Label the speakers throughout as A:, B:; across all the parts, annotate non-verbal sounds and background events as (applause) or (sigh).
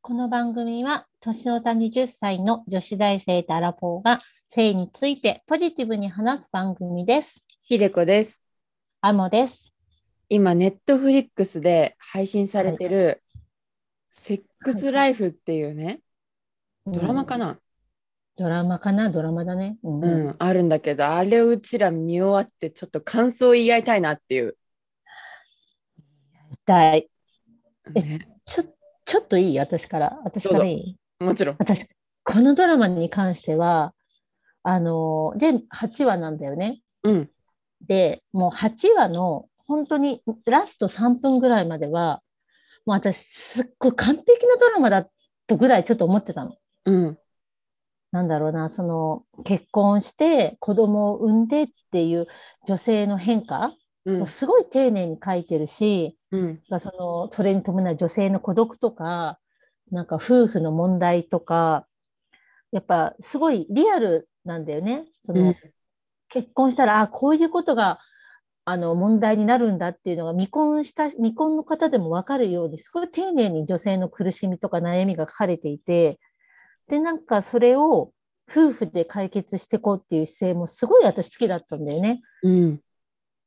A: この番組は、年の差20歳の女子大生とアラフォーが性についてポジティブに話す番組です。
B: ひでこです。
A: アモです。
B: 今、ネットフリックスで配信されてる、セックスライフっていうね、ドラマか
A: うん
B: な、
A: ドラマかなドラマだね。うん
B: うん、あるんだけど、あれをうちら見終わって、ちょっと感想を言い合いたいなっていう。
A: したい。え
B: ね、
A: ちょ、ちょっといい私から。私からいい
B: もちろん。
A: 私、このドラマに関しては、あの、全8話なんだよね。
B: うん。
A: で、もう8話の本当にラスト3分ぐらいまでは、もう私、すっごい完璧なドラマだとぐらいちょっと思ってたの。
B: うん。
A: なんだろうな、その結婚して子供を産んでっていう女性の変化
B: う
A: を
B: ん。
A: すごい丁寧に書いてるし、
B: うん。
A: まあそのそれに伴う女性の孤独とか、なんか夫婦の問題とか、やっぱすごいリアルなんだよね。その
B: うん
A: 結婚したら、あこういうことがあの問題になるんだっていうのが未婚した未婚の方でも分かるようにすごい丁寧に女性の苦しみとか悩みが書かれていてでなんかそれを夫婦で解決していこうっていう姿勢もすごい私好きだったんだよね。
B: うん。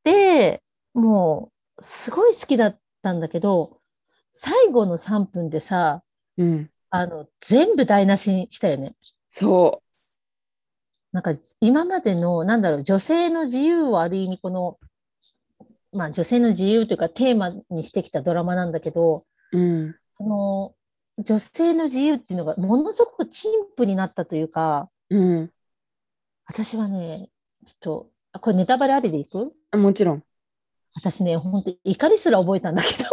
A: でもうすごい好きだったんだけど最後の3分でさ
B: うん。
A: あの全部台無しにしたよね。
B: そ
A: なんか今までの、なんだろう、女性の自由をある意味、この、まあ女性の自由というかテーマにしてきたドラマなんだけど、
B: う。うん。
A: その女性の自由っていうのがものすごく陳腐になったというか、
B: うん。
A: 私はね、ちょっと、あこれネタバレありでいく
B: あもちろん。
A: 私ね、本当怒りすら覚えたんだけど、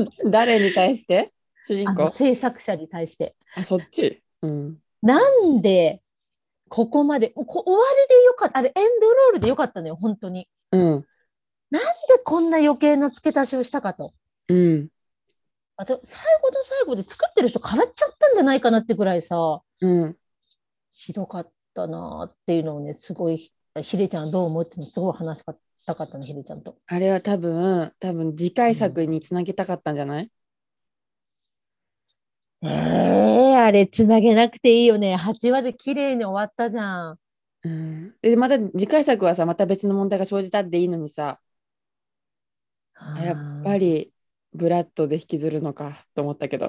A: マジで
B: 誰に対して主
A: あ
B: 人
A: の
B: 公
A: 制作者に対して。
B: あそっち。うん。
A: なんで、ここまで、こ終わりでよかった、あれエンドロールでよかったのよ、本当に。
B: うん。
A: なんでこんな余計な付け足しをしたかと。
B: うん。
A: あと最後の最後で作ってる人変わっちゃったんじゃないかなってぐらいさ
B: うん。
A: ひどかったなっていうのをねすごいひでちゃんどう思うっていうのすごい話したかったのひでちゃんと。
B: あれは多分、多分次回作につなげたかったんじゃない、
A: えー、あれつなげなくていいよね8話で綺麗に終わったじゃん。
B: うん、でまた次回作はさまた別の問題が生じたっていいのにさやっぱりブラッドで引きずるのかと思ったけど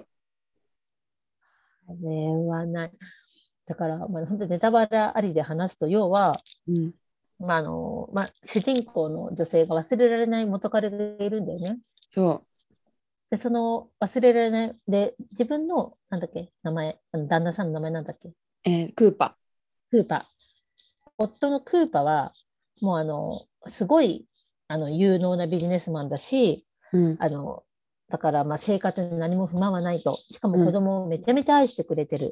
A: あー。あれはない。だから、まあ、本当ネタバレありで話すと要は、
B: うん
A: まああのまあ、主人公の女性が忘れられない元彼がいるんだよね。
B: そ
A: で、その忘れられない、で、自分の、なんだっけ、名前、あの旦那さんの名前なんだっけ、
B: う、えークーパ
A: クーパー。夫のクーパーは、もうあの、すごい、あの、有能なビジネスマンだし、
B: ー、うん
A: あの、だから、まあ、生活に何も不満はないと。しか
B: う
A: も
B: ん
A: 子供をめちゃめちゃ愛してくれてる。
B: うん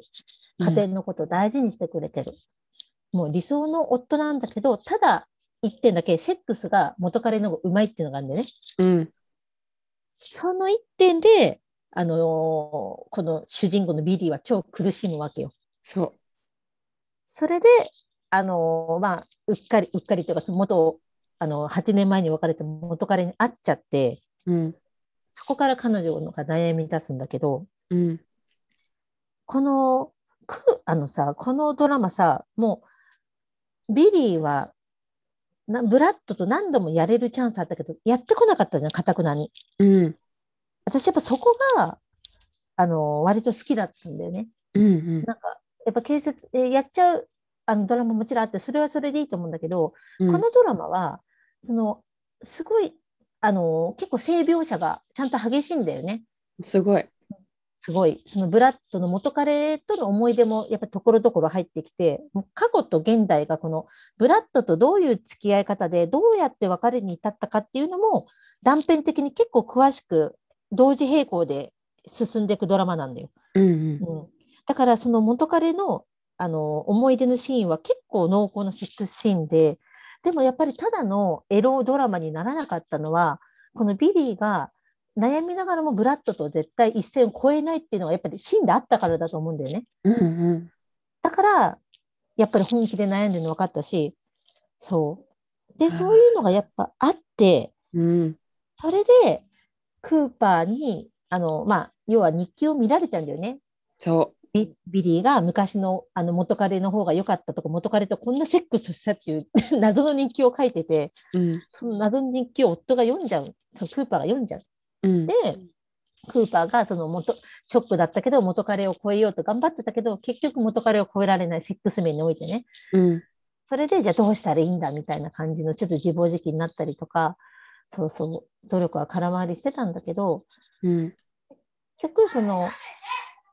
A: 家庭のことを大事にしてくれてる。もう理想の夫なんだけど、ただ、一点だけ、セックスが元彼の方がうまいっていうのがあるんでね。
B: うん
A: その一点で、あのーこの主人公のビリーは超苦しむわけよ。
B: そ
A: それで、あのーまあ、うっかり、うっかりというか、元、あのー、8年前に別れて元彼に会っちゃって、
B: ううん
A: そこから彼女が悩み出すんだけど、
B: うん
A: この、く、あのさ、このドラマさ、もう、ビリーは、なブラッドと何度もやれるチャンスあったけど、やってこなかったじゃん、かたくなに。
B: うん
A: 私やっぱそこが、あのー割と好きだったんだよね。
B: うん
A: なんか、やっぱ警察、えーやっちゃうあのドラマもちろんあって、それはそれでいいと思うんだけど、
B: うん
A: このドラマは、その、すごい、あのー結構性描写がちゃんと激しいんだよね。
B: すごい
A: すごい。そのブラッドの元彼との思い出もやっぱりところどころ入ってきて、もう過去と現代がこのブラッドとどういう付き合い方で、どうやって別れに至ったかっていうのも、断片的に結構詳しく同時並行で進んでいくドラマなんだよ。
B: うんうん
A: うん、だからその元彼のあの思い出のシーンは結構濃厚なセックスシーンででもやっぱりただのエロドラマにならなかったのはこのビリーが悩みながらもブラッドと絶対一線を越えないっていうのがやっぱりシーンであったからだと思うんだよね
B: うんうん
A: だからやっぱり本気で悩んでるの分かったしそう
B: あ
A: で
B: ー
A: そういうのがやっぱあって
B: うん
A: それでクーパーにあの、まあ、要は日記を見られちゃうんだよね
B: そ
A: ビビリーが昔のあの元彼の方が良かったとか元彼とこんなセックスしたっていう (laughs) 謎の日記を書いてて
B: う。うん。
A: その謎の日記を夫が読んじゃうそのクーパーが読んじゃう
B: うん
A: で。クーパーがその元ショックだったけど元彼を超えようと頑張ってたけど結局元彼を超えられないセックス面においてね
B: うん。
A: それでじゃあどうしたらいいんだみたいな感じのちょっと自暴自棄になったりとかそうそう努力は空回りしてたんだけど
B: うん。
A: 結局その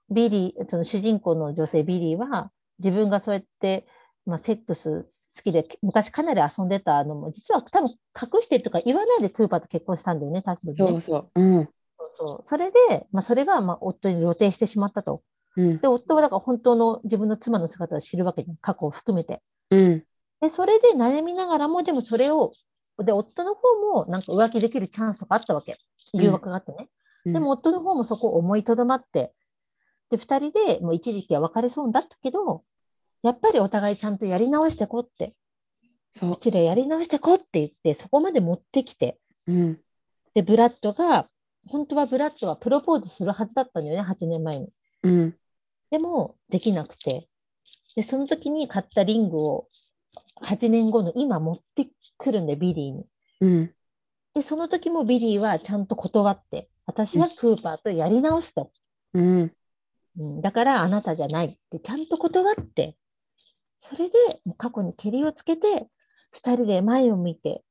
A: ビリーその主人公の女性ビリーは自分がそうやって、まあ、セックス好きで昔かなり遊んでたのも実は多分隠してとか言わないでクーパーと結婚したんだよね確かにね
B: そうそう。うん。
A: そうそうそれで、まあ、それがまあ夫に露呈してしまったと
B: うん。
A: で夫はだから本当の自分の妻の姿を知るわけじゃん過去を含めて
B: うん。
A: で、それで悩みながらも、でもそれを、で、夫の方もなんか浮気できるチャンスとかあったわけ。
B: うん
A: 誘惑があってね。
B: うん
A: でも、夫の方もそこを思いとどまって、で、二人でもう一時期は別れそうだったけど、やっぱりお互いちゃんとやり直してこうって、
B: そう
A: ちでやり直してこうって言って、そこまで持ってきて、
B: う。うん。
A: で、ブラッドが、本当はブラッドはプロポーズするはずだったんだよね、8年前に。
B: うん。
A: でも、できなくて。で、その時に買ったリングを、8年後の今持ってくるんで、ビリーに。
B: うん。
A: で、その時もビリーはちゃんと断って、私はクーパーとやり直すと。
B: うん。
A: うん、だからあなたじゃないって、ちゃんと断って、それでもう過去にけりをつけて、二人で前を向いて、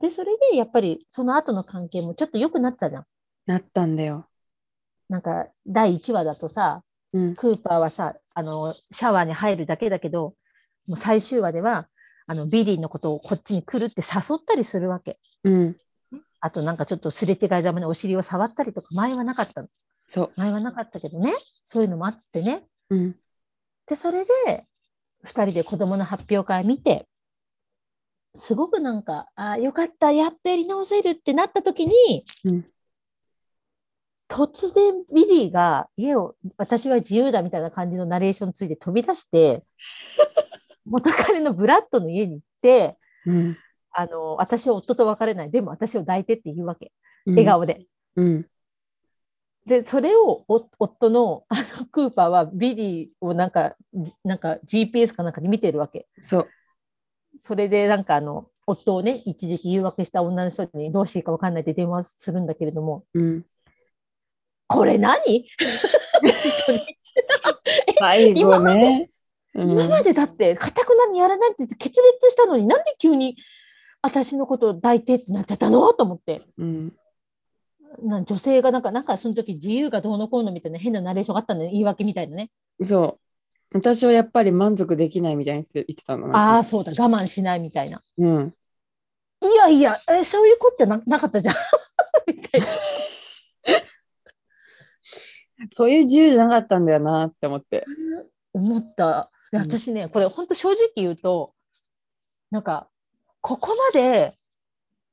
A: で、それでやっぱりその後の関係もちょっと良くなったじゃん。
B: なったんだよ。
A: なんか第1話だとさ、
B: うん。
A: クーパーはさ、あのシャワーに入るだけだけど、もう最終話では、あのビリーのことをこっちに来るって誘ったりするわけ。
B: うん。
A: あとなんかちょっとすれ違いざまにお尻を触ったりとか、前はなかったの。
B: そ
A: 前はなかったけどねそういうのもあってね
B: う。うん。
A: でそれで2人で子供の発表会見てすごくなんかあーよかったやっとやり直せるってなった時に、
B: うん
A: 突然ビリーが家を私は自由だみたいな感じのナレーションついて飛び出して
B: (laughs)
A: 元彼のブラッドの家に行って
B: うん。
A: あの私は夫と別れないでも私を抱いてって言うわけ笑顔で。
B: うん。
A: で、それをお夫のあのクーパーはビリーをなんか、じなんか GPS かなんかで見てるわけ。
B: そう。
A: それでなんかあの、夫をね、一時期誘惑した女の人にどうしていいかわかんないって電話するんだけれども、
B: うん。
A: これ何、
B: 最
A: 後
B: ね。
A: 今までだって、かたくなにやらないって決裂したのになんで急に私のことを抱いてってなっちゃったのと思って。
B: うん。
A: なん女性がなんか、なんかその時自由がどうのこうのみたいな変なナレーションがあったのよ言い訳みたいなね。
B: そう。私はやっぱり満足できないみたいに言ってたの。
A: ああ、そうだ、我慢しないみたいな。
B: うん。
A: いやいや、えそういうことじゃななかったじゃん。 (laughs) みたいな。
B: そういう自由じゃなかったんだよなって思って。
A: 思った。で
B: うん
A: 私ね、これ本当正直言うと、なんか、ここまで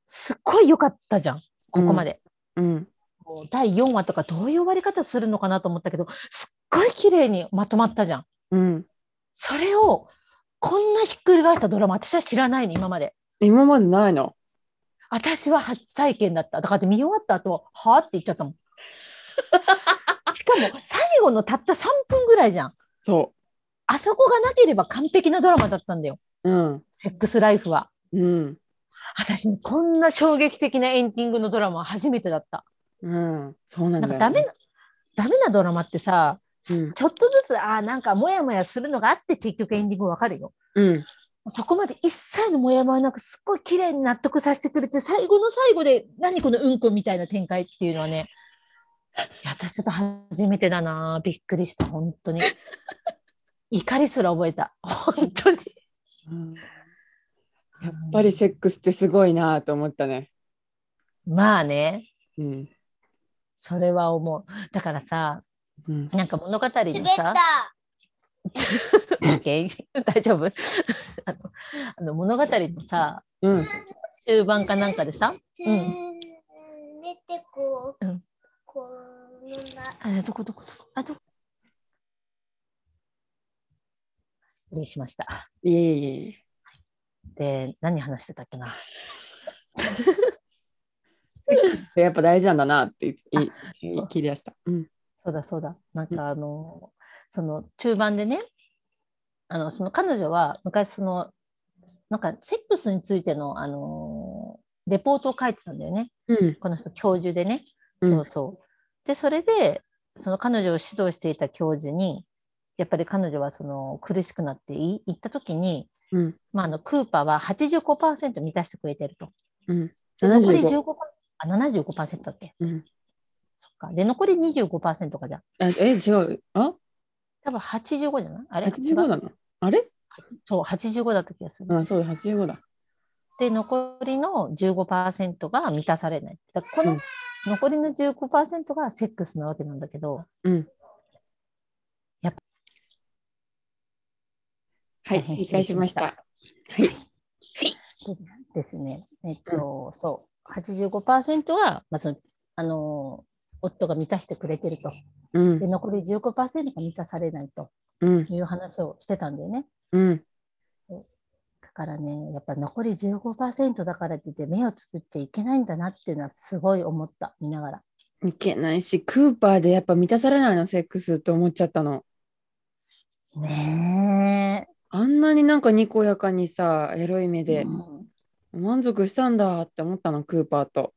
A: すっごい良かったじゃん。ここまで。
B: うん。
A: こう第4話とかどういう終わり方するのかなと思ったけど、すっごい綺麗にまとまったじゃん。
B: うん。
A: それを、こんなひっくり返したドラマ、私は知らないね、今まで。
B: 今までないの。
A: 私は初体験だった。だから見終わった後は、はあって言っちゃったも
B: (laughs)
A: ん。しかも、最後のたった3分ぐらいじゃん。
B: そ
A: あそこがなければ完璧なドラマだったんだよ。
B: う。うん。
A: セックスライフは。
B: うん。
A: 私、こんな衝撃的なエンディングのドラマは初めてだった。
B: うん。そうなん
A: なん
B: だ
A: か
B: よ。
A: ダメな、ダメなドラマってさ、
B: うん。
A: ちょっとずつ、ああ、なんかモヤモヤするのがあって結局エンディングわかるよ。
B: うん。
A: そこまで一切のモヤモヤなくすっごい綺麗に納得させてくれて、最後の最後で何このうんこみたいな展開っていうのはね、いや私ちょっと初めてだなびっくりした、本当に。怒りすら覚えた。本当に。
B: うんやっぱりセックスってすごいなと思ったね。
A: まあね、
B: うん。
A: それは思う。だからさ、
B: うん。
A: なんか物語
C: 滑
A: の
C: っ
A: さ
C: た、
A: OK (laughs) 大丈夫あのあの物語のさ、
B: うん。
A: 中盤かなんかでさ、
C: 滑
A: ん
C: ってこう、
A: うん
C: こんな
A: あどこどこどこあどこ失礼しました。
B: いえいえいえ。
A: で、何話してたっけな。
B: やっぱ大事なんだなって言い言い切り出した。うん。
A: そうだそうだ。なんかあの、その中盤でね、あの、その彼女は昔その、なんかセックスについての、あのーレポートを書いてたんだよね。
B: うん
A: この人、教授でね。
B: うん
A: そうそう。で、それで、その彼女を指導していた教授に、やっぱり彼女はその苦しくなってい行った時に、
B: うん
A: まあ、あのクーパーは85%満たしてくれてると。
B: うん
A: で残り
B: 75
A: 15%あ75%だっけ
B: うん
A: そっか。で、残り25%かじゃん。
B: あえ違うあ
A: 多分85じゃないあれ
B: 85
A: 違う
B: なのあれ
A: そう、85だった気がする。
B: うんそうだ85だ
A: で、残りの15%が満たされない。だからこの
B: うん
A: 残りの15%がセックスなわけなんだけど、
B: うん
A: やっぱ
B: はい
A: 大変
B: 正解しました
A: 失
B: はい
A: ですね、えっと、そう、85%は、まあそのあの夫が満たしてくれてると。
B: う
A: で、
B: ん
A: 残り15%が満たされないと
B: うん
A: いう話をしてたんだよね。
B: うん
A: だからね、やっぱ残り15%だからって言って目をつぶっちゃいけないんだなっていうのはすごい思った、見ながら。
B: いけないしクーパーでやっぱ満たされないのセックスって思っちゃったの
A: ね
B: あんなになんかにこやかにさエロい目
A: え。
B: で
A: うん
B: 満足したんだって思ったのクーパーと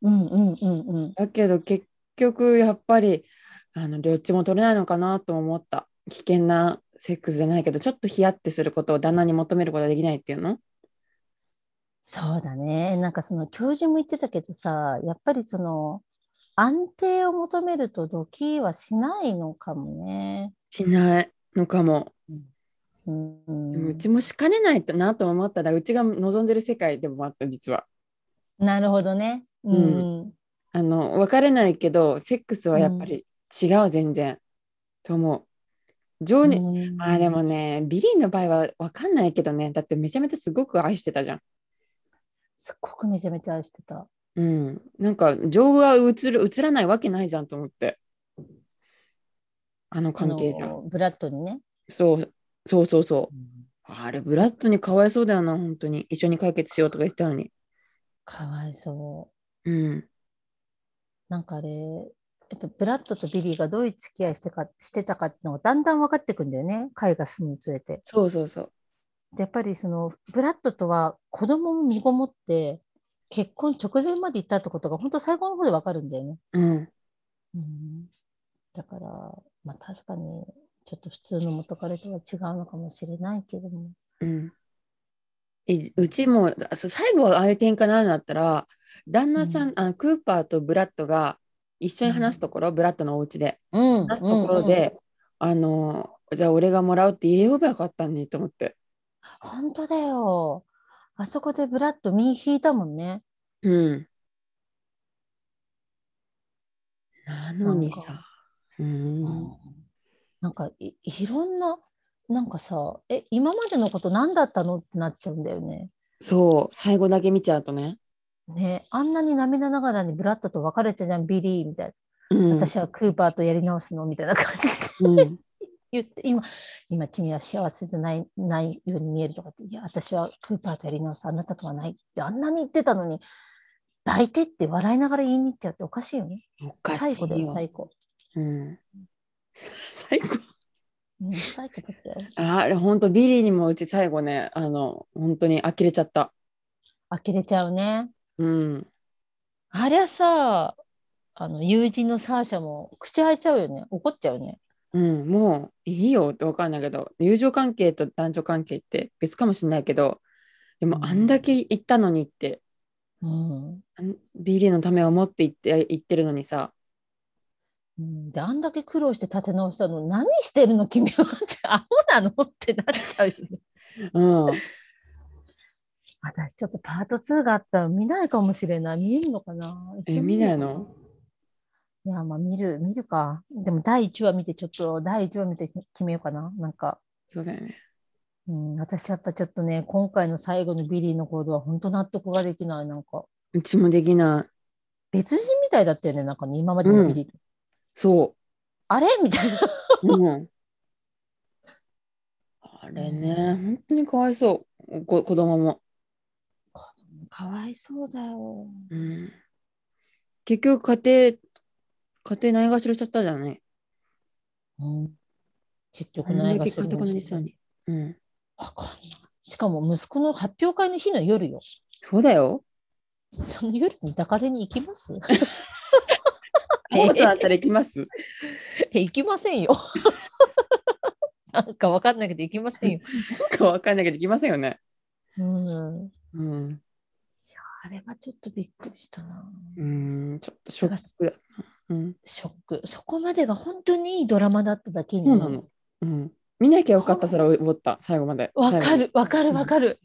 A: うんうんうんうん。
B: だけど結局やっぱりあの両っちも取れないのかなとも思った危険なセックスじゃないけどちょっとヒヤってすることを旦那に求めることはできないっていうの
A: そうだね。なんかその教授も言ってたけどさ、やっぱりその安定を求めるとドキはしないのかもね。
B: しないのかも
A: うんうん
B: でもうちもしかねないなとも思ったらうちが望んでる世界でもあった実は
A: なるほどね。うんん。
B: あの別れないけどセックスはやっぱり違う全然、と思う情に、
A: うん
B: まあでもねビリーの場合は分かんないけどねだってめちゃめちゃすごく愛してたじゃん
A: すっごくめちゃめちゃ愛してた。
B: うん、なんか情が映る映らないわけないじゃんと思ってあの関係じゃ
A: あ
B: ん
A: のブラッドにね。
B: そうそうそうそうあれブラッドにかわいそうだよな本当に一緒に解決しようとか言ったのに
A: かわいそう。
B: うん
A: なんかあれ、やっぱブラッドとビリーがどういう付き合いしてかしてたかっていうのがだんだん分かってくんだよね。海が進むにつれて。
B: そうそうそう
A: でやっぱりそのブラッドとは子供も身ごもって結婚直前まで行ったってことが本当最後の方でわかるんだよね。
B: うん
A: うん、だから、まあ、確かにちょっと普通の元彼とは違うのかもしれないけども。
B: うんえうちもそう最後ああいう喧嘩になるんだったら旦那さん、
A: う
B: あのクーパーとブラッドが一緒に話すところ、ブラッドのお家で
A: うん
B: 話すところで、あのじゃあ俺がもらうって言えよばよかったのにと思って
A: 本当だよ。あそこでブラッド身引いたもんね。
B: うん。なのに
A: なん
B: さ。うん。
A: なんかいいろんな、なんかさ、え、今までのこと何だったのってなっちゃうんだよね。
B: そう、最後だけ見ちゃうとね。
A: ねあんなに涙ながらにブラッドと別れたじゃん、ビリーみたいな。
B: うん。
A: 私はクーパーとやり直すのみたいな感じで
B: うん、
A: 言って今今君は幸せじゃないないように見えるとかっていや私はクーパーとやり直すあなたとはないってあんなに言ってたのに抱いてって笑いながら言いに行っちゃうっておかしいよね。
B: おか
A: 最
B: し
A: 後
B: い
A: だよ
B: よ。
A: 最後。
B: うん。最後。
A: うん、最後だったよ。
B: ああれ、本当ビリーにもうち最後ね、あの、本当に呆れちゃった。
A: 呆れちゃうね。
B: うん。
A: あれはさあの友人のサーシャも口開いちゃうよね怒っちゃうね。
B: うん、もういいよってわかんないけど友情関係と男女関係って別かもしれないけど
A: う
B: で
A: ん
B: もあんだけ言ったのにって、
A: うん
B: あんビリーのためを思って言って言ってるのにさ
A: うん、であんだけ苦労して立て直したのに何してるの君はってアホなのってなっちゃうよね。
B: うん
A: 私ちょっとパート2があったら見ないかもしれない。見えるのかな (laughs)
B: え見ないの
A: いや、まあ見る、見るか。でも第1話見て、ちょっと第1話見て決めようかな。なんか、
B: そうだよね。
A: うん、私やっぱちょっとね、今回の最後のビリーの行動は本当納得ができない。なんか、
B: うちもできない。
A: 別人みたいだったよね、なんかね、今までのビリーと。
B: そ
A: あれみた
B: (laughs)
A: いな。(laughs)
B: う。うん、あれね、本当にかわいそう。こ子供も、
A: かわいそうだよ。
B: うん。結局家家庭ないがしろしちゃったじゃんね。
A: うん、結局
B: こん
A: ない
B: だ
A: が
B: け
A: し
B: カ
A: ろ
B: タカナ
A: に
B: に
A: し
B: してたのに。うん。
A: わかんない。しかも息子の発表会の日の夜よ。
B: そうだよ。
A: その夜に抱かれに行きます
B: こうとだったら行きます。
A: え行きませんよ。 (laughs) なんかわかんないけど行きません
B: (laughs)
A: よ。
B: なんかわかんないけど行きませんよね。
A: うん、
B: うん。
A: あれはちょっとびっくりしたな。
B: うん。ちょっとショックだ。うん。
A: ショック。そこまでが本当にいいドラマだっただけに。
B: そうなの。うん。見なきゃよかった、それを思った、最後まで。
A: わか
B: 最後
A: る、わかる、わか
B: (laughs)
A: る。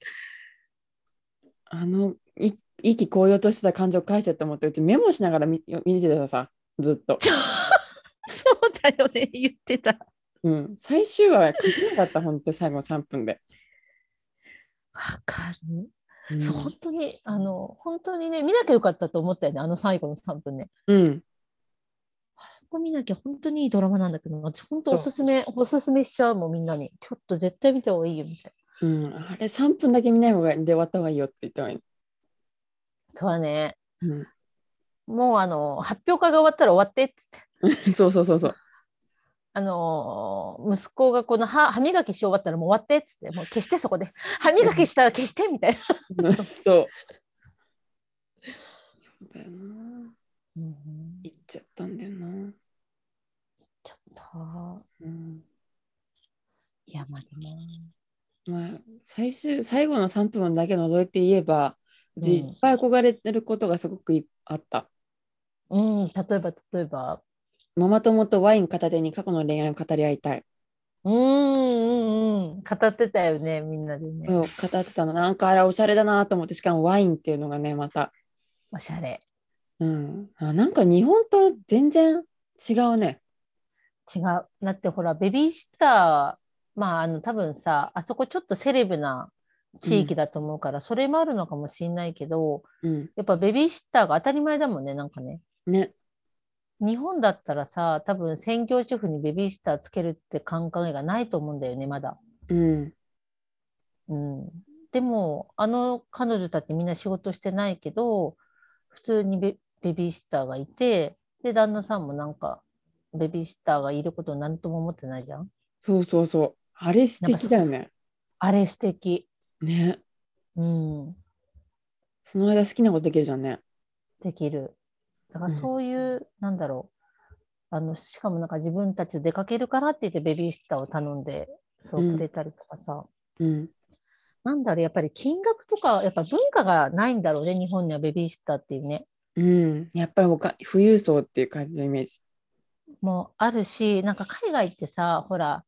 B: あの、い意気高揚としてた感情返しちゃったもんって、うちメモしながら見見てたさ、ずっと。
A: そうだよね、言ってた。わ
B: うん。最終話は書けなかった、本当最後の3分で。
A: かる。
B: うん
A: そう、本当に、あの、本当にね、見なきゃよかったと思ったよね、あの最後の3分ね。
B: うん。
A: あそこ見なきゃ本当にいいドラマなんだけど、私本当
B: そう
A: おすすめ、おすすめしちゃうもん、みんなに。ちょっと絶対見た方がいいよ、みたい
B: うん。あれ、3分だけ見ない方が、で終わった方がいいよって言った方がいい。
A: な。そうだね。
B: うん。
A: もう、あの、発表会が終わったら終わって、っつって。
B: (laughs) そうそうそうそう。
A: あのー息子がこの歯歯磨きし終わったらもう終わってっつ (laughs) ってもう消してそこで歯磨きしたら消してみたいな、
B: うん (laughs) そう。そうだよな。行っちゃったんだよな。
A: ちょっと
B: うん。
A: いやまあでも
B: まあ、最終、最後の3分だけ除いて言えば、うち
A: うん
B: いっぱい憧れてることがすごくいあった。
A: うん、例えば、例えば。
B: ママ友とワイン片手に過去の恋愛を語り合いたい。
A: うん、うん、うん。語ってたよね、みんなでね。
B: そう語ってたの。なんかあれおしゃれだなと思って、しかもワインっていうのがね、また。
A: おしゃれ。
B: うん。あなんか日本と全然違うね。
A: 違う。だってほら、ベビーシッター、まあ、あの、多分さ、あそこちょっとセレブな地域だと思うから、それもあるのかもしれないけど、
B: うん。
A: やっぱベビーシッターが当たり前だもんね、なんかね。
B: ね。
A: 日本だったらさ、多分専業主婦にベビーシッターつけるって考えがないと思うんだよね、まだ。
B: うん。
A: うん、でもあの彼女たちみんな仕事してないけど普通にベベビーシッターがいてで旦那さんもなんかベビーシッターがいることを何とも思ってないじゃん
B: そうそうそう。あれ素敵だよね。
A: あれ素敵
B: ね。
A: うん
B: その間好きなことできるじゃんね。
A: できるだから
B: うん
A: そういう、なんだろうあのしかもなんか自分たちで出かけるからって言ってベビーシッターを頼んでそうくれたりとかさ、
B: うん。
A: なんだろうやっぱり金額とかやっぱ文化がないんだろうね日本にはベビーシッターっていうね
B: うん。やっぱり他、富裕層っていう感じのイメージ。
A: もあるし、なんか海外ってさ、ほら、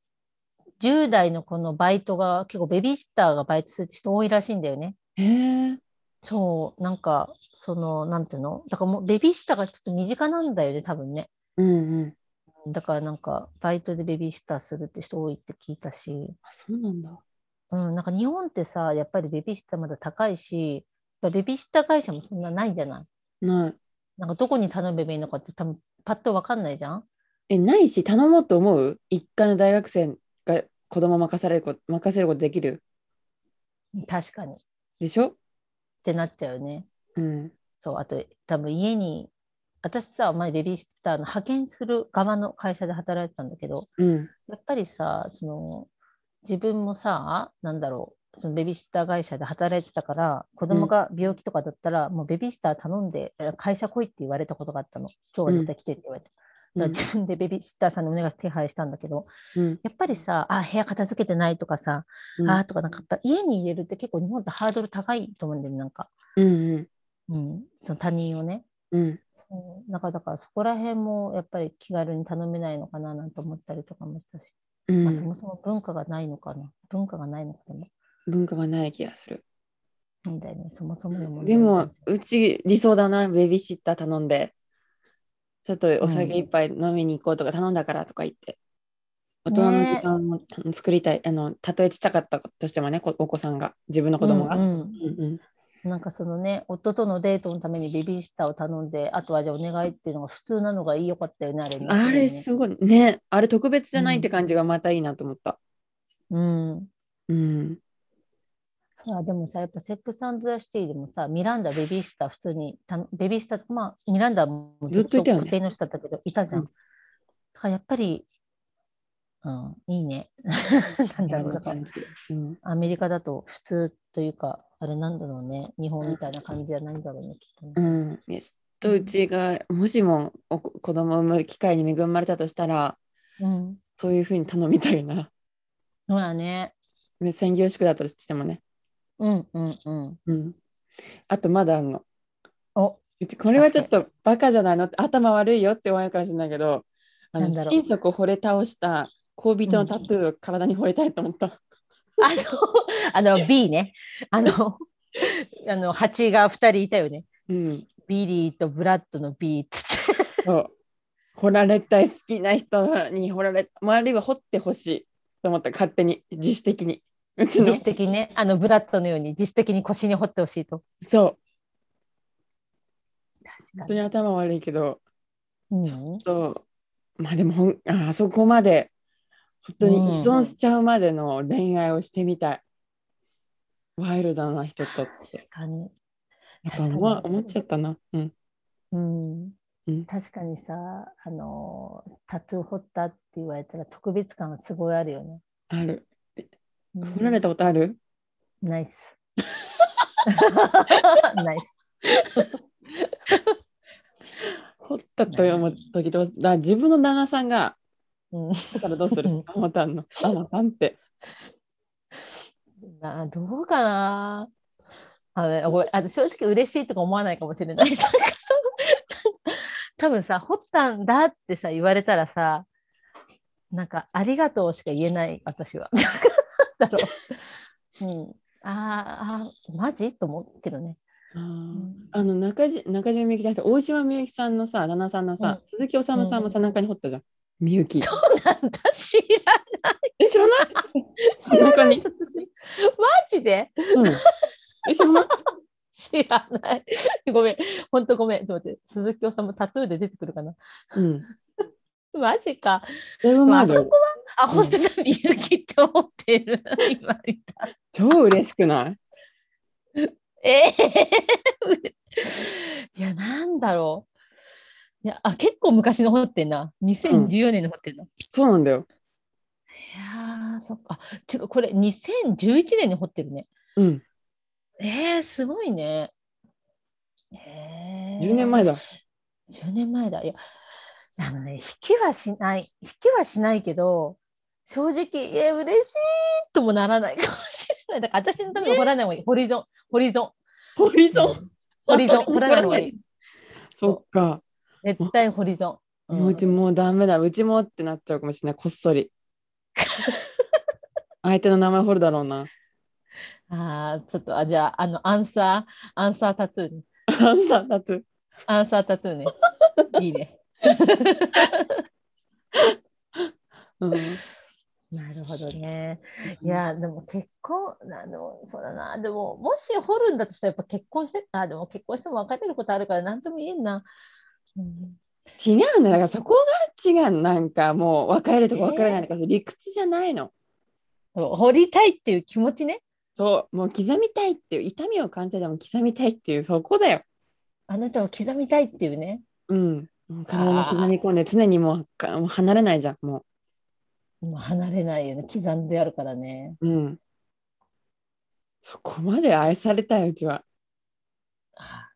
A: 10代のこのバイトが結構ベビーシッターがバイトする人多いらしいんだよね。
B: へえ。
A: そう、なんか、その、なんていうのだからもうベビーシッターがちょっと身近なんだよね、多分ね。
B: うんうん。
A: だからなんか、バイトでベビーシッターするって人多いって聞いたし、
B: あ、そうなんだ。
A: うん、なんか日本ってさ、やっぱりベビーシッターまだ高いし、やっぱベビーシッター会社もそんなないじゃない。
B: ない。
A: なんかどこに頼めばいいのかって多分パッとわかんないじゃん
B: え、ないし、頼もうと思う一回の大学生が子供任されること、任せることできる
A: 確かに。っ
B: でしょ
A: てなっちゃうよね。
B: うん。
A: そう、あと多分家に、私さ、前ベビーシッターの派遣する側の会社で働いてたんだけど、
B: うん。
A: やっぱりさ、その、自分もさ、なんだろう、そのベビーシッター会社で働いてたから、子供が病気とかだったら、もうベビーシッター頼んで、え会社来いって言われたことがあったの。今日は絶対来てって言われて。だから自分でベビーシッターさんにお願いして手配したんだけど、
B: うん。
A: やっぱりさ、あ、部屋片付けてないとかさ、
B: うん
A: あーとかなんかやっぱ家に入れるって結構日本ってハードル高いと思うんだよね、なんか。
B: うんうん。
A: うん、その他人をね。
B: うん。
A: そうなんかだからそこら辺もやっぱり気軽に頼めないのかななんて思ったりとかもしたし、
B: う
A: まあ、そ
B: ん。
A: もそも文化がないのかな文化がないのかでも
B: 文化がない気がする。
A: なんだよねそもそもの問題
B: で
A: なん
B: も
A: ですよ
B: うち理想だなベビーシッター頼んでちょっとお酒一杯飲みに行こうとか頼んだからとか言って、
A: うん
B: 大人の時間をあの作りたいあのたとえちっちゃかったとしてもねこお子さんが自分の子供が、
A: う
B: うん
A: んうん
B: うん
A: なんかそのね夫とのデートのためにベビーシッターを頼んであとはじゃあお願いっていうのが普通なのがいいよかったよねあれね
B: あれ
A: ね
B: すごいねあれ特別じゃないって感じがまたいいなと思った、
A: うん
B: うん
A: ほらでもさ、やっぱセックスザ・シティでもさ、ミランダ、ベビースター、普通にた、ベビースター、まあ、ミランダも
B: ずっといたよね
A: 特定の人だったけど、いたじゃん。
B: うん
A: だからやっぱり、うん、いい
B: (laughs)
A: ね。なんだろう、
B: な
A: だから
B: 感じ。うん、
A: アメリカだと普通というか、あれなんだろうね、日本みたいな感じじゃないんだろうね、きっとね。
B: うん、いやちょっとうちがもしもお子子供を産む機会に恵まれたとしたら
A: うん。
B: そういうふうに頼みたいな、
A: ほらね。
B: ね、専業宿だとしてもね、
A: うんうんうん。
B: うん、あとまだあんの
A: お、
B: うちこれはちょっとバカじゃないのって頭悪いよって思われるかもしれないけどあ
A: な
B: の
A: んだろう
B: 心底惚れ倒した恋人のタトゥーを体に惚れたいと思
A: (laughs)
B: った、
A: あの、あの B ね。あの、あの、蜂が2人いたよね。
B: うん、
A: ビリーとブラッドの B っつって。
B: そう掘られたい好きな人に掘られまああるいは掘ってほしいと思った勝手に自主的にうち
A: 自
B: の
A: 主的にね、あのブラッドのように自主的に腰に掘ってほしいと。
B: そう本
A: 確
B: 当
A: か
B: に頭悪いけど
A: に。
B: ちょっとまあでもほんああそこまで本当に依存しちゃうまでの恋愛をしてみたい、ワイルドな人とって
A: 確かに。
B: やっぱ思わ
A: 確かに
B: 思っちゃったなうん
A: うん
B: うん
A: 確かにさ、あのタトゥー彫ったって言われたら特別感はすごいあるよね。
B: ある
A: うん
B: 掘られたことある
A: ナ (laughs) イス。ナイス。
B: 掘ったと思う時どうだ自分の旦那さんが
A: うん
B: だからどうする
A: うん
B: あまたんのあまたんって
A: などうかなあのごめんあの正直嬉しいとか思わないかもしれない。なんかその多分さ、掘ったんだってさ、言われたらさ、なんか、ありがとうしか言えない、私は。なんかなんだろう。うん、あーあー、マジと思うけどね。
B: あ
A: う
B: ー
A: ん
B: あの中島中島みゆきじゃなくて大島みゆきさんのさ旦那さんのさ、鈴木おさむさんもさ、なんかに掘ったじゃんみゆき
A: なんだ、知らん。
B: え知らない
A: 知ら
B: 中
A: ない。
B: に
A: マジで
B: うんえ知ら
A: (laughs)
B: ない
A: 知らない。ごめん。ほんとごめん。ちょっと待って。鈴木おさんもタトゥーで出てくるかな。
B: うん
A: マジか。
B: だいぶ
A: まあ、
B: 前
A: あ
B: だ
A: そ
B: よ
A: こは、あ、
B: うん
A: 本当だ、みゆきって思ってる。今見た。
B: 超嬉しくない
A: (laughs) ええいや、なんだろう。いや、あ、結構昔の掘ってんな。2014年の掘ってんな。
B: そうなんだよ。
A: いやー、そっか。あてか、これ2011年に掘ってるね。
B: うん。
A: えー、すごいね。えー、
B: 10年前だ。
A: 10年前だ。いや、あのね、引きはしない。引きはしないけど、正直、え、嬉しいともならないかもしれない。 (laughs) だから私のために掘らない方がいい。ホリゾン、ホリゾ
B: ホリ
A: ン。ホリゾ
B: (laughs)
A: ン、掘らない方がいい。
B: そっか。
A: 絶対ホリゾン。
B: もううちもうダメだ。うちもってなっちゃうかもしれない。こっそ (laughs) り。相手の名前掘るだろうな。
A: うんああ、ちょっと、あ、じゃあ、あの、アンサー、アンサータトゥーね。
B: アンサーだと。
A: アンサータトゥーね。いいね。
B: うん。
A: なるほどね。いや、でも結婚、あの、そうだな。でも、もし掘るんだとしたら、やっぱ結婚して、あ、でも結婚しても別れることあるから、なんとも言えんな。うん、
B: 違うんだ。だからそこが違う。なんかもう別れるとか別れないとか、理屈じゃないの。
A: そう掘りたいっていう気持ちね。
B: そう。もう刻みたいっていう、痛みを感じてでも刻みたいっていう、そこだよ。
A: あなたを刻みたいっていうね。
B: うん。もう体に刻み込んで、常にもうかもう離れないじゃん。も
A: もう離れないよね。刻んであるからね。
B: う。うん。そこまで愛されたい、うちは。
A: あ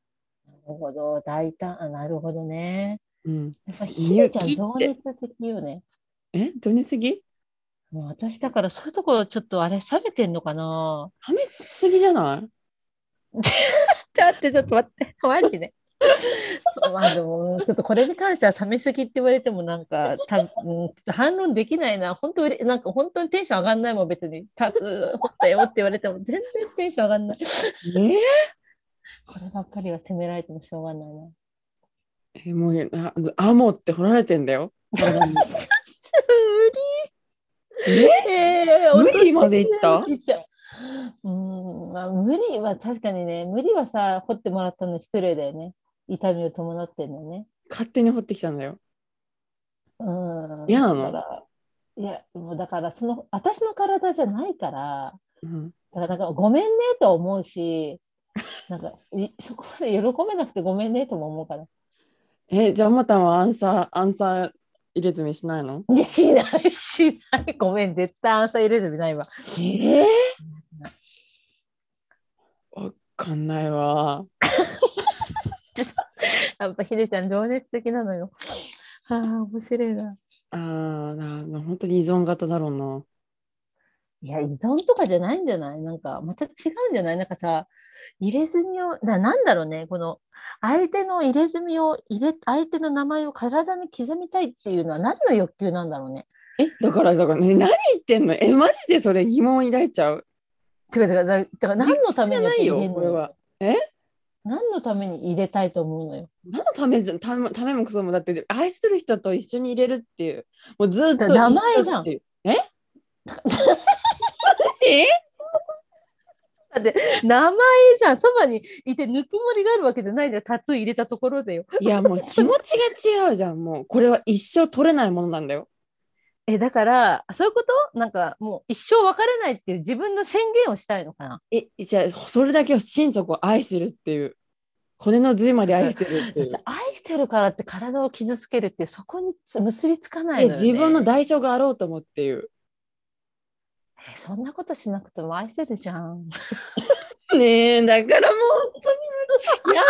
A: なるほど。大胆。あなるほどね。
B: うん、
A: やっぱ、ひでちゃん、情熱的よね。
B: え情熱的
A: もう私、だから、そういうところ、ちょっと、あれ、冷めてんのかな。
B: はめすぎじゃない
A: ちょっと待って、ちょっと待って、 (laughs) マジで。そうまあでも、うんちょっとこれに関しては、冷めすぎって言われても、なんか、たうん、ちょっと反論できないな。本当うれ、なんか本当にテンション上がんないもん、別に。たつ、掘ったよって言われても、全然テンション上がんない。
B: え
A: こればっかりは責められてもしょうがないな。
B: えもうあアモって掘られてんだよ。体に
A: 無理えー、
B: 無理
A: 落として
B: までいった
A: 切っちゃううん、まあ、無理は確かにね、無理はさ、掘ってもらったの失礼だよね。痛みを伴ってんのね。
B: 勝手に掘ってきたんだよ。
A: うん
B: 嫌なの
A: だからいや、もうだから、その、私の体じゃないから、
B: うん、
A: からなんかごめんねとは思う
B: (laughs)
A: し、なんかいそこまで喜べなくてごめんねとも思うから。
B: え、じゃあ、またはアンサー、アンサー入れ墨しないの
A: でしないしないごめん絶対アンサー入れてないわ。
B: ええわかんないわ。
A: やっぱひでちゃん情熱的なのよ。はあ面白いな。
B: あーなんか本当に依存型だろうな。
A: いや依存とかじゃないんじゃないなんかまた違うんじゃないなんかさ入れ墨をななんだろうねこの相手の入れ墨を入れ相手の名前を体に刻みたいっていうのは何の欲求なんだろうね。
B: え、だから、だから、ね、何言ってんのえ、マジでそれ疑問抱いちゃう。
A: てかだからだから何のために
B: 理屈じゃ
A: 入
B: な
A: れん
B: いよ、
A: の
B: これは。
A: 何のために入れたいと思うのよ。
B: 何のためじゃためためもクソもだって愛する人と一緒に入れるっていうもうずっと
A: 名前じゃん
B: 一緒っていうえ何
A: だって名前じゃんそばにいてぬくもりがあるわけじゃないでタトゥー入れたところでよ。
B: いやもう気持ちが違うじゃんもうこれは一生取れないものなんだよ
A: えだからあそういうことなんかもう一生別れないっていう自分の宣言をしたいのかな。
B: えじゃあそれだけを心底を愛してるっていう骨の髄まで愛してるってい
A: だって
B: う
A: 愛してるからって体を傷つけるってそこにつ結びつかない
B: え
A: のよ、ね、
B: 自分の代償があろうともっていう
A: えそんなことしなくても愛してるじゃん。
B: ねえだからもう本当にや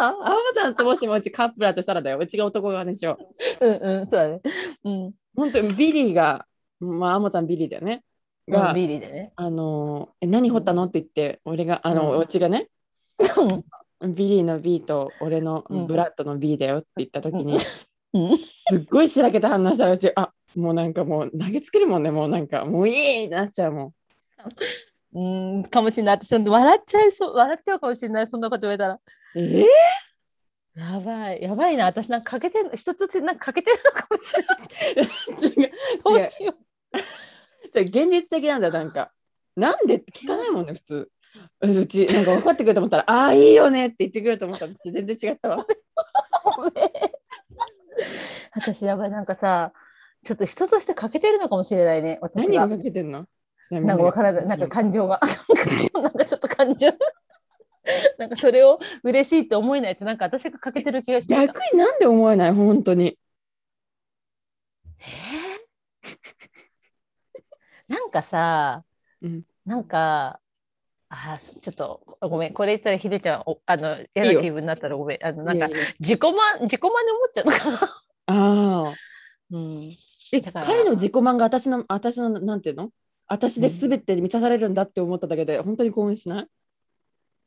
B: だー青さんともしもうちカップラーとしたらだようちが男側でしょ
A: うんうんそうだね。うん。
B: 本当にビリーが、まあ、アモちゃんビリーだよね。が、
A: (laughs) うんビリーでね。
B: あのーえ、何掘ったのって言って、俺が、あの、
A: うん
B: うちがね、
A: うん
B: ビリーの B と俺の
A: うん
B: ブラッドの B だよって言った時に、
A: うんうん
B: すっごいしらけた反応したらうち、あもうなんかもう投げつけるもんね、もうなんか、もういいってなっちゃうもん。
A: うんかもしれない。私、笑っちゃいそう、笑っちゃうかもしれない。そんなこと言われたら。
B: えー、 (laughs)
A: やばい、やばいな。私、なんか欠けてん、一つずつなんか欠けてるのかもしれない。
B: 違う
A: ど (laughs) うしよう。
B: じゃあ現実的なんだよなんか。なんでって聞かないもんね、普通。うち、なんか分かってくると思ったら、ああ、いいよねって言ってくると思ったら、うち全然違っ
A: (laughs)
B: たわ。
A: ごめん私、やばい。なんかさ、ちょっと人として欠けてるのかもしれないね。私
B: 何
A: が
B: を。かけてんの
A: なんかわからない、なんか感情が、 (laughs) なんかちょっと感情、 (laughs) なんかそれを嬉しいって思えないって、なんか私が欠けてる気がしてきた。
B: 逆になんで思えない本当に
A: えー (laughs) なんかさ、
B: うん
A: なんか、あーちょっとごめん、これ言ったらひでちゃん、おあの嫌
B: いい
A: な
B: よ
A: 気分になったらごめん、あのなんか
B: いやいや
A: 自己満、自己満に思っちゃうのかな。
B: ああ
A: (laughs) うん、
B: え
A: だから
B: 彼の自己満が私の私のなんていうの私で全てに満たされるんだって思っただけで本当に興奮しない、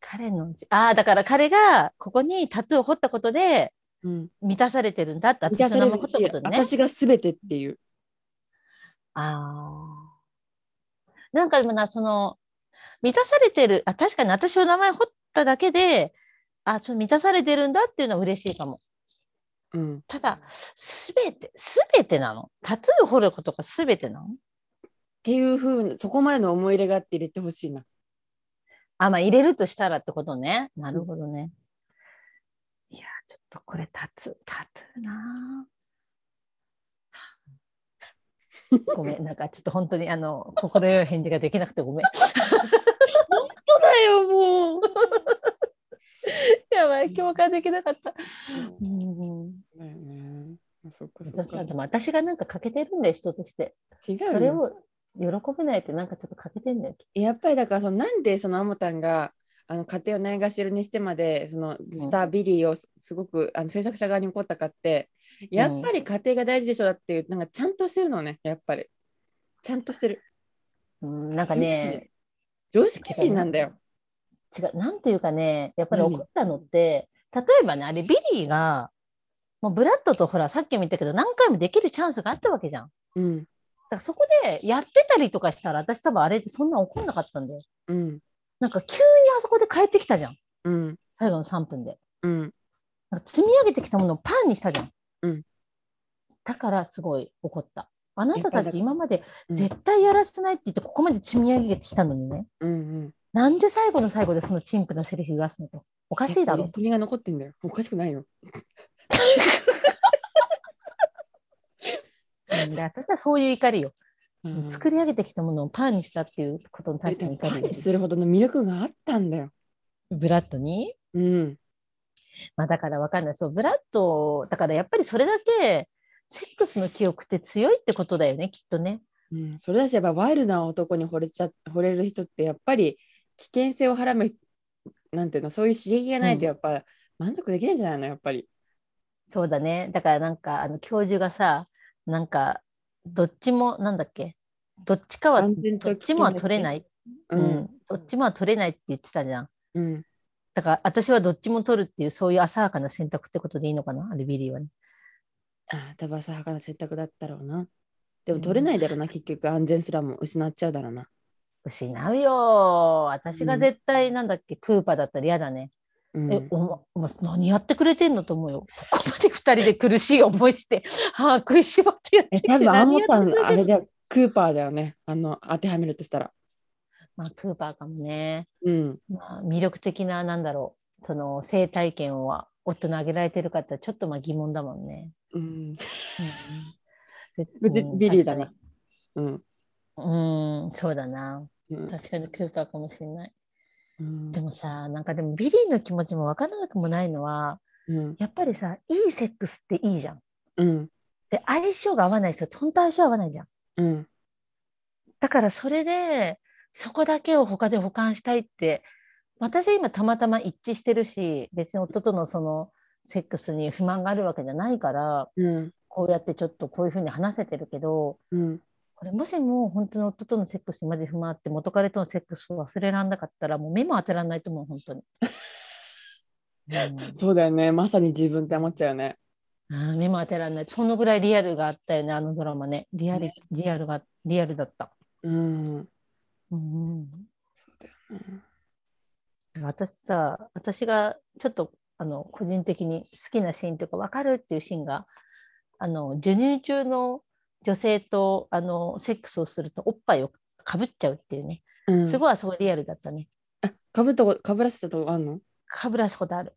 A: 彼のじ、ああ、だから彼がここにタトゥーを彫ったことで
B: うん、
A: 満たされてるんだって、
B: 満
A: 私
B: た
A: の名
B: さ
A: 前
B: れ
A: を
B: る
A: 彫っ
B: した
A: ことでね。
B: 私が全てっていう
A: ああ。なんかでもな、その、満たされてる、あ、確かに私の名前彫っただけで、あ、ちょっと満たされてるんだっていうのは嬉しいかも。
B: うん
A: ただ、すべて、すべてなのタトゥー彫ることがすべてなの
B: っていうふうにそこまでの思い入れがあって入れてほしいな
A: あ、まあ入れるとしたらってことね。なるほどね。いや、ちょっとこれタトゥー、タトゥーなぁ。ごめん、なんかちょっと本当にあの、心よい返事ができなくてごめん。
B: そうだよもう
A: (laughs) やばい、共感できなかった。うん
B: だよねあそっかそ
A: だ
B: っ
A: から
B: か
A: でも私がなんか欠けてるんだよ人として
B: 違うよ
A: それを喜べないってなんかちょっと欠けてんだよ
B: やっぱりだからそのなんでそのあもたんがあの家庭をないがしろにしてまでそのスタービリーをすすごくあの制作者側に怒ったかってやっぱり家庭が大事でしょだっていうなんかちゃんとしてるのねやっぱりちゃんとしてる
A: うん、なんかね
B: 常識人なんだよ。
A: 違うなんていうかねやっぱり
B: 何
A: 怒ったのって例えばねあれビリーがもうブラッドとほらさっきも言ったけど何回もできるチャンスがあったわけじゃんだ
B: うん
A: からそこでやってたりとかしたら私多分あれってそんな怒んなかったんだよ
B: うん
A: なんか急にあそこで帰ってきたじゃん
B: うん
A: 最後の3分で
B: うん
A: なんか積み上げてきたものをパンにしたじゃん。
B: うん
A: だからすごい怒った。あなた
B: やっぱり
A: た
B: だ
A: ち今まで
B: うん
A: 絶対やらせないって言ってここまで積み上げてきたのにね。
B: うん
A: なんで最後の最後でその陳腐なセリフ言わすのと。おかしいだろ。
B: 君が残ってんだよおかしくないよ
A: うんで私はそういう怒りよ。
B: うん
A: 作り上げてきたものをパーにしたっていうことに対して
B: で
A: の
B: も
A: 怒
B: パ
A: り
B: ンにするほどの魅力があったんだよ。
A: ブラッドに、
B: うん。
A: まあ、だからわかんないそうブラッドだからやっぱりそれだけセックスの記憶って強いってことだよねきっとね。
B: うん、それだしやっぱワイルドな男に惚れちゃ惚れる人ってやっぱり危険性をはらむなんていうのそういう刺激がないとやっぱ満足できないんじゃないのやっぱり。
A: そうだねだからなんかあの教授がさなんかどっちもなんだっけどっちかは
B: 安全と
A: どっちもは取れない、
B: う
A: うんん、どっちもは取れないって言ってたじゃん。
B: うん、
A: だから私はどっちも取るっていうそういう浅はかな選択ってことでいいのかなあれビリーはね。
B: あ多分浅はかな選択だったろうな。でも取れないだろうな、結局安全すらも失っちゃうだろうな。
A: 失うよ私が絶対なんだっけ、クーパーだったら嫌だね。
B: うん、
A: え、おま、お前何やってくれてんのと思うよ。ここまで二人で苦しい思いして、 (laughs) 歯食いしばってやって
B: え
A: きて。
B: 多分ア
A: 何
B: モ
A: やって
B: タ
A: くれて
B: ン
A: んの
B: あれだよクーパーだよねあの当てはめるとしたら。
A: まあ、クーパーかもね。
B: うん、
A: まあ、魅力的な、なんだろう。その性体験は夫にあげられてるかって、ちょっとまあ疑問だもんね。
B: うん、
A: うん
B: (laughs) 無事ビリーだな。。うん、
A: うん、うんそうだな。
B: うん
A: 確かにクーパーかもしれない。
B: うん
A: でもさ、なんかでもビリーの気持ちもわからなくもないのは、
B: うん
A: やっぱりさ、いいセックスっていいじゃん。
B: うん
A: で、相性が合わない人、とんと相性合わないじゃん。
B: うん
A: だからそれでそこだけを他で保管したいって私は今たまたま一致してるし別に夫とのそのセックスに不満があるわけじゃないから
B: うん
A: こうやってちょっとこういうふうに話せてるけど
B: うん
A: これもしも本当に夫とのセックスにマジ不満あって元彼とのセックスを忘れらんなかったらもう目も当てらんないと思う本当に。
B: (laughs)
A: うん
B: そうだよねまさに自分って思っちゃうよね。
A: あー目も当てらんないそのぐらいリアルがあったよねあのドラマねリアルリアルがリアルだった。
B: うん
A: うん
B: そうだよね。
A: 私さ私がちょっとあの個人的に好きなシーンというか分かるっていうシーンがあの授乳中の女性とあのセックスをするとおっぱいをかぶっちゃうっていうね
B: うん、
A: す
B: い。
A: ごいあそこリアルだったね
B: かぶったことかぶらせたとこあるの？
A: かぶらすことある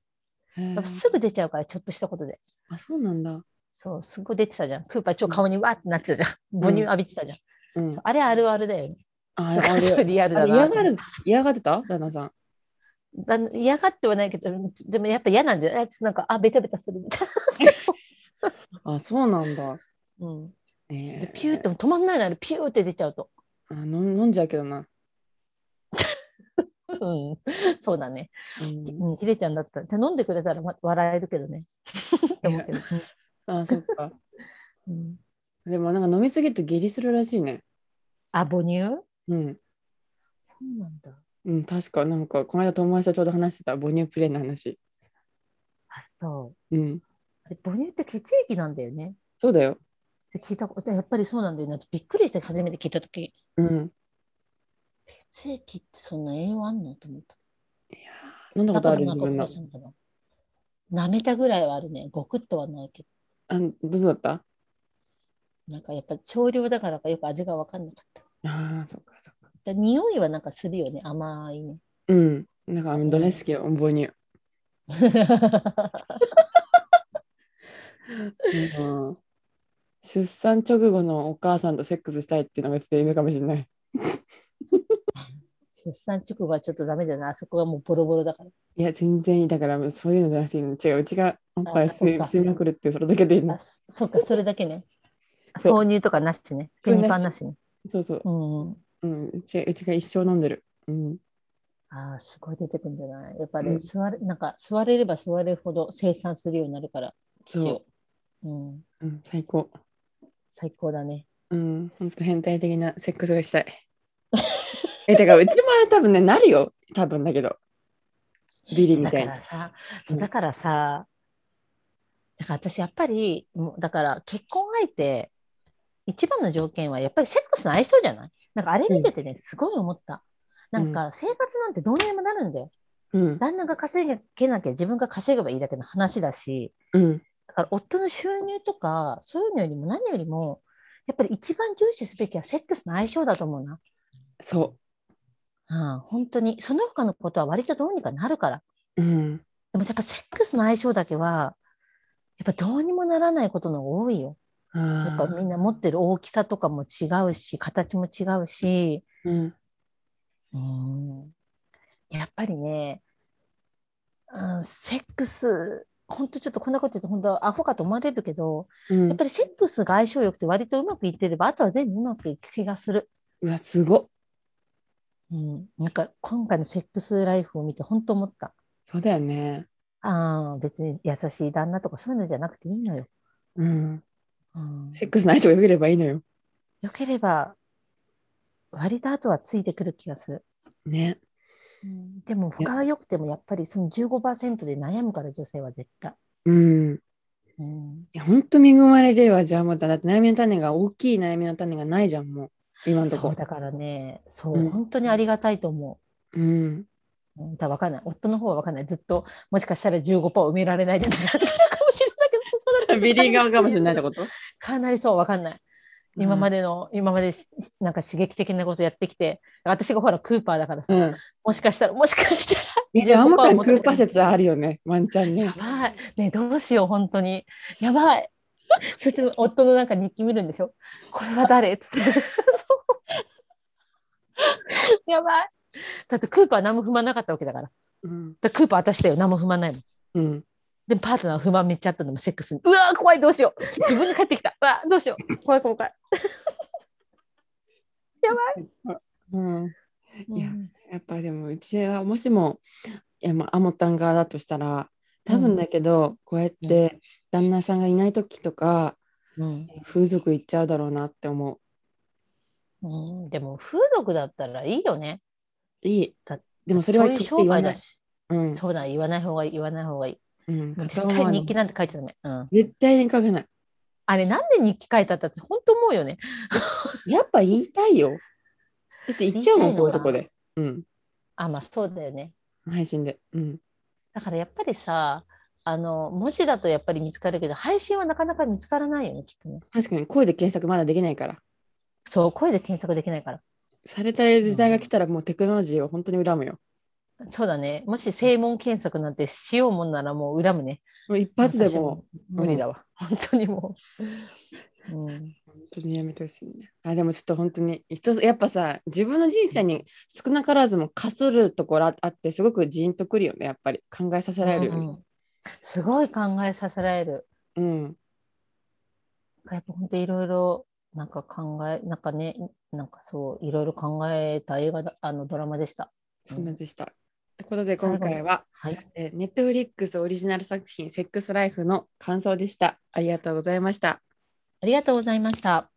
B: へえ
A: やっぱすぐ出ちゃうからちょっとしたことで
B: あそうなんだ。
A: そうすごい出てたじゃんクーパー超顔にわーってなってたじゃん母乳浴びてたじゃん、
B: うん。
A: あれあるあるだよね
B: あ
A: だ (laughs) から
B: あ
A: すごい
B: れ
A: リアルだ
B: あれ
A: な
B: 嫌がる嫌がってた旦那さん。
A: あの嫌がってはないけどでもやっぱ嫌なんじゃないなんかあベタベタするみたい
B: あそうなんだ。
A: な、うん、
B: えー
A: でピューって止まんないのあれピューって出ちゃうと。
B: あ飲ん飲んじゃうけどな。
A: うん、 (laughs) そうだね。
B: うん
A: うん、ひでちゃんだったら、じゃあ飲んでくれたら、ま、笑えるけど
B: (laughs)
A: ね。って思ってる。
B: あそっか。 (laughs)
A: うん、
B: でもなんか飲みすぎると下痢するらしいね。
A: あ、母乳
B: うん。
A: そうなんだ。
B: うん、確かなんかこの間友達とちょうど話してた母乳プレイの話。
A: あ、そう。
B: うん。
A: あれ母乳って血液なんだよね。
B: そうだよ。
A: って聞いたこと、やっぱりそうなんだよね。びっくりして初めて聞いたとき、
B: うん。
A: 血液ってそんな栄養あんのと思った。
B: 飲んだことある
A: だ
B: 自
A: から
B: 分
A: なんか。こ
B: の
A: うしたのかな舐めたぐらいはあるね。ごくっとはないけど。
B: あどうだった
A: なんかやっぱ少量だからかよく味が分かんなかった。
B: ああ、そっかそっか。
A: で匂いはなんかするよね。甘いね。
B: うん。なんかあの大好きよ、母乳。うん、出産直後のお母さんとセックスしたいっていうのがちょっと夢かもしれない。
A: 出産直後はちょっとダメだよな、あそこがもうボロボロだから。
B: いや、全然いい。だから、そういうのじゃなくていいの違う。うちがおっぱい
A: あそっ
B: 吸
A: か
B: い吸いまくるって、それだけでいいの
A: あ。そっか、それだけね。
B: (laughs) そ
A: 挿
B: う
A: 入とかなしね。
B: そ
A: ペ
B: れなし
A: ニパンなしね。
B: そうそう。
A: うん。
B: うん、うちうちが一生飲んでる。うん。
A: ああ、すごい出てくるんじゃないやっぱ
B: う
A: り、
B: ん
A: 座れ、なんか、座れれば座るほど生産するようになるから、父
B: そ
A: うん。
B: う。うん、最高。
A: 最高だね。
B: うん、ほんと変態的なセックスがし
A: (laughs)
B: たい。え、だからうちもあれ多分ね、なるよ。多分だけど。ビリみ
A: だ
B: た
A: か
B: いな。
A: らさ、
B: うん
A: だからさ、だから私やっぱり、もうだから結婚相手、一番の条件はやっぱりセックスの相性じゃないなんかあれ見ててね、すごい思った。なんか生活なんてどうにでもなるんだよ。
B: うん、
A: 旦那が稼げなきゃ自分が稼げばいいだけの話だし、
B: うん、
A: だから夫の収入とか、そういうのよりも何よりも、やっぱり一番重視すべきはセックスの相性だと思うな。
B: そ
A: うん、本当に。その他のことは割とどうにかなるから。
B: う。うん、
A: でもやっぱセックスの相性だけは、やっぱどうにもならないことの方が多いよ。やっぱみんな持ってる大きさとかも違うし、形も違うし、
B: うん
A: うん、やっぱりね、うん、セックス、本当ちょっとこんなこと言うと本当アホかと思われるけど、
B: うん
A: やっぱりセックスが相性良くて割とうまくいってれば、あとは全部うまくいく気がする。
B: うわすごっ
A: うん、なんか今回のセックスライフを見て本当思った。
B: そうだよね
A: ああ、別に優しい旦那とかそういうのじゃなくていいのよ。
B: うん
A: うん、
B: セックスの相性が良ければいいのよ
A: 良ければ、割と後はついてくる気がする。
B: ね
A: でも他が良くてもやっぱりその15%で悩むから女性は絶対。
B: うん
A: うん、
B: いや本当恵まれてるわじゃあもうだって悩みの種が大きい悩みの種がないじゃんもう今のと
A: そ
B: こ
A: うだからね、そう、
B: うん
A: 本当にありがたいと思
B: うん
A: う。うん、だから分かんない。夫の方は分かんない。ずっと、もしかしたら15%埋められないで悩んでるかもしれないけど、そうだったら
B: ビリー側かもしれないってこと
A: かなりそう、わかんない。今までの、今までしなんか刺激的なことやってきて、私がほら、クーパーだからさ、
B: うん
A: もしかしたら、もしかしたら、
B: えじゃあアモタンクーパー説あるよねワンチャンね
A: やばい。ねえどうしよう、本当に。やばい。 (laughs) そして夫のなんか日記見るんでしょこれは誰っつって。やばい。だってクーパー何も不満なかったわけだから。だか
B: うん
A: らクーパー私だよ、何も不満ないもん。
B: うん
A: で、パートナー不満めっちゃあったのもセックスに。うわー、怖い、どうしよう。自分に帰ってきた。うわー、どうしよう。怖い、怖い、怖い。
B: うんいや
A: うん
B: やっぱでもうちはもしもいやまあアモタン側だとしたら多分だけど、こうやって旦那さんがいない時とか、
A: うん
B: 風俗行っちゃうだろうなって思
A: うん、でも風俗だったらいいよね。
B: ういい
A: だ
B: でもそれは
A: うい
B: 言っ
A: う
B: て
A: 商
B: 言わ
A: 売
B: な
A: だ
B: い
A: し。
B: うん
A: そうだ、言わない方がいい、言わない方がいい。
B: うん
A: もう
B: 片
A: 絶
B: 思い
A: 対
B: の
A: 日記なんて書いちゃダメ。うん。
B: 絶対に書けない
A: あれ、なんで日記書いたったって本当思うよね。
B: やっぱ言いたいよだって言っちゃうも
A: 言
B: ん
A: いたいのか
B: こういうとこでうん
A: あ、まあそうだよね。
B: 配信でうん
A: だからやっぱりさ、あの、文字だとやっぱり見つかるけど、配信はなかなか見つからないよね、きっとね。
B: 確かに声で検索まだできないから
A: そう、声で検索できないから。
B: されたい時代が来たらもうテクノロジーは本当に恨むよ
A: そうだね。もし正門検索なんてしようもんならもう恨むね。
B: もう一発で
A: 私は
B: も
A: う無理だわ。本当にもう。うん。
B: 本当にやめてほしいね。あでもちょっと本当に人やっぱさ自分の人生に少なからずもかするところああってすごくジーンとくるよねやっぱり考えさせられるよ
A: う
B: ね。
A: んすごい考えさせられる。
B: うん
A: やっぱ本当いろいろなんか考えなんかねなんかそういろいろ考えた映画だあのドラマでした。
B: そんなでした。ということで今回は
A: はい、
B: ネットフリックスオリジナル作品「セックスライフ」の感想でした。ありがとうございました。
A: ありがとうございました。